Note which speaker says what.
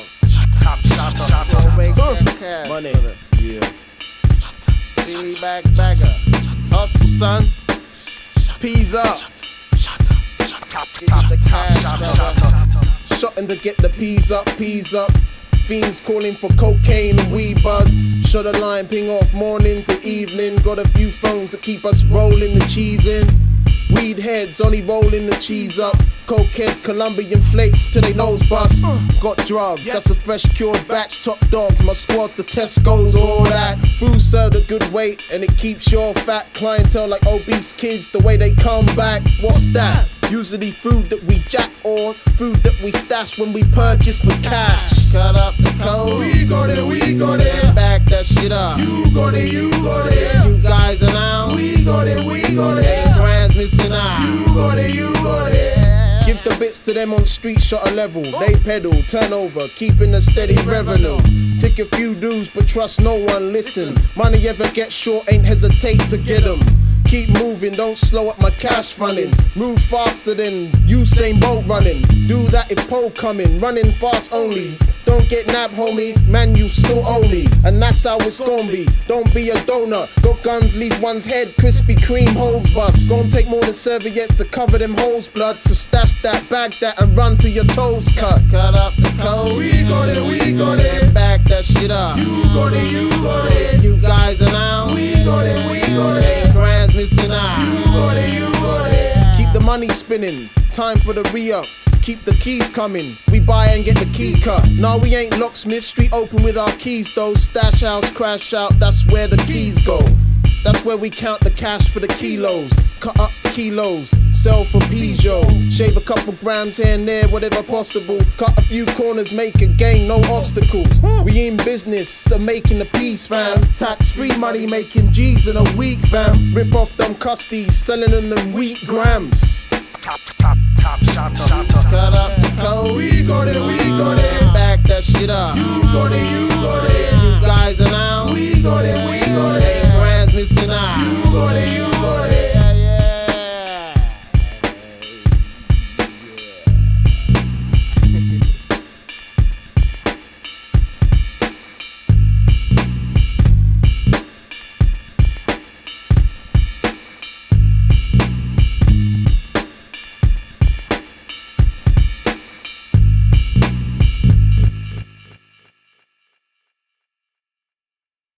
Speaker 1: Top shot, top
Speaker 2: Make
Speaker 1: shot.
Speaker 2: that cash.
Speaker 3: Money.
Speaker 2: brother.
Speaker 3: Yeah.
Speaker 2: Dilly back bagger.
Speaker 3: Hustle, son. P's up.
Speaker 2: Get the cash, brother.
Speaker 3: Shutting to get the peas up, peas up. Fiends calling for cocaine and weed buzz. Shut a line, ping off morning to evening. Got a few phones that keep us rolling the cheese in. Weed heads only rolling the cheese up. Cokehead, Colombian flake till they nose bust. Got drugs, that's a fresh cured batch. Top dog, my squad, the test goes all that. Food served a good weight and it keeps your fat clientele like obese kids. The way they come back, what's that? Usually food that we jack or food that we stash when we purchase with cash.
Speaker 2: Cut up the code.
Speaker 3: We got it, we got it.
Speaker 2: Back that shit up.
Speaker 3: You got it, you got it.
Speaker 2: You guys are now.
Speaker 3: We got it, we got
Speaker 2: Eight
Speaker 3: it.
Speaker 2: grand's missing out.
Speaker 3: You got it, you got it. Give the bits to them on street shot a level. They pedal, turn over, keeping a steady revenue. Take a few dues, but trust no one. Listen, money ever gets short, ain't hesitate to get 'em. Keep moving, don't slow up my cash running. Move faster than Usain Bolt running. Do that if pole coming, running fast only. Don't get nabbed, homie. Man, you still owe me. And that's how it's gonna be. Don't be a donor. Got guns, leave one's head. Krispy Kreme holes bust. Gonna take more than serviettes to cover them holes, blood. So stash that, bag that, and run till your toes cut.
Speaker 2: Cut up the code.
Speaker 3: We got it, we got it.
Speaker 2: Back that shit up.
Speaker 3: You got it, you got it.
Speaker 2: You guys are now.
Speaker 3: We got it, we got
Speaker 2: Eight
Speaker 3: it.
Speaker 2: grand's missing out.
Speaker 3: You got it, you got it. Keep the money spinning. Time for the re up. Keep the keys coming. We buy and get the key cut. No, we ain't locksmith. Street open with our keys though. Stash house, crash out. That's where the keys go. That's where we count the cash for the kilos. Cut up kilos. Sell for Peugeot. Shave a couple grams here and there, whatever possible. Cut a few corners, make a gain, no obstacles. We in business, the making the peace, fam. Tax free money, making G's in a week, fam. Rip off them custies, selling them them wheat grams.
Speaker 1: Top, top, top shot.
Speaker 2: Cut up the code.
Speaker 3: We got it, we got it.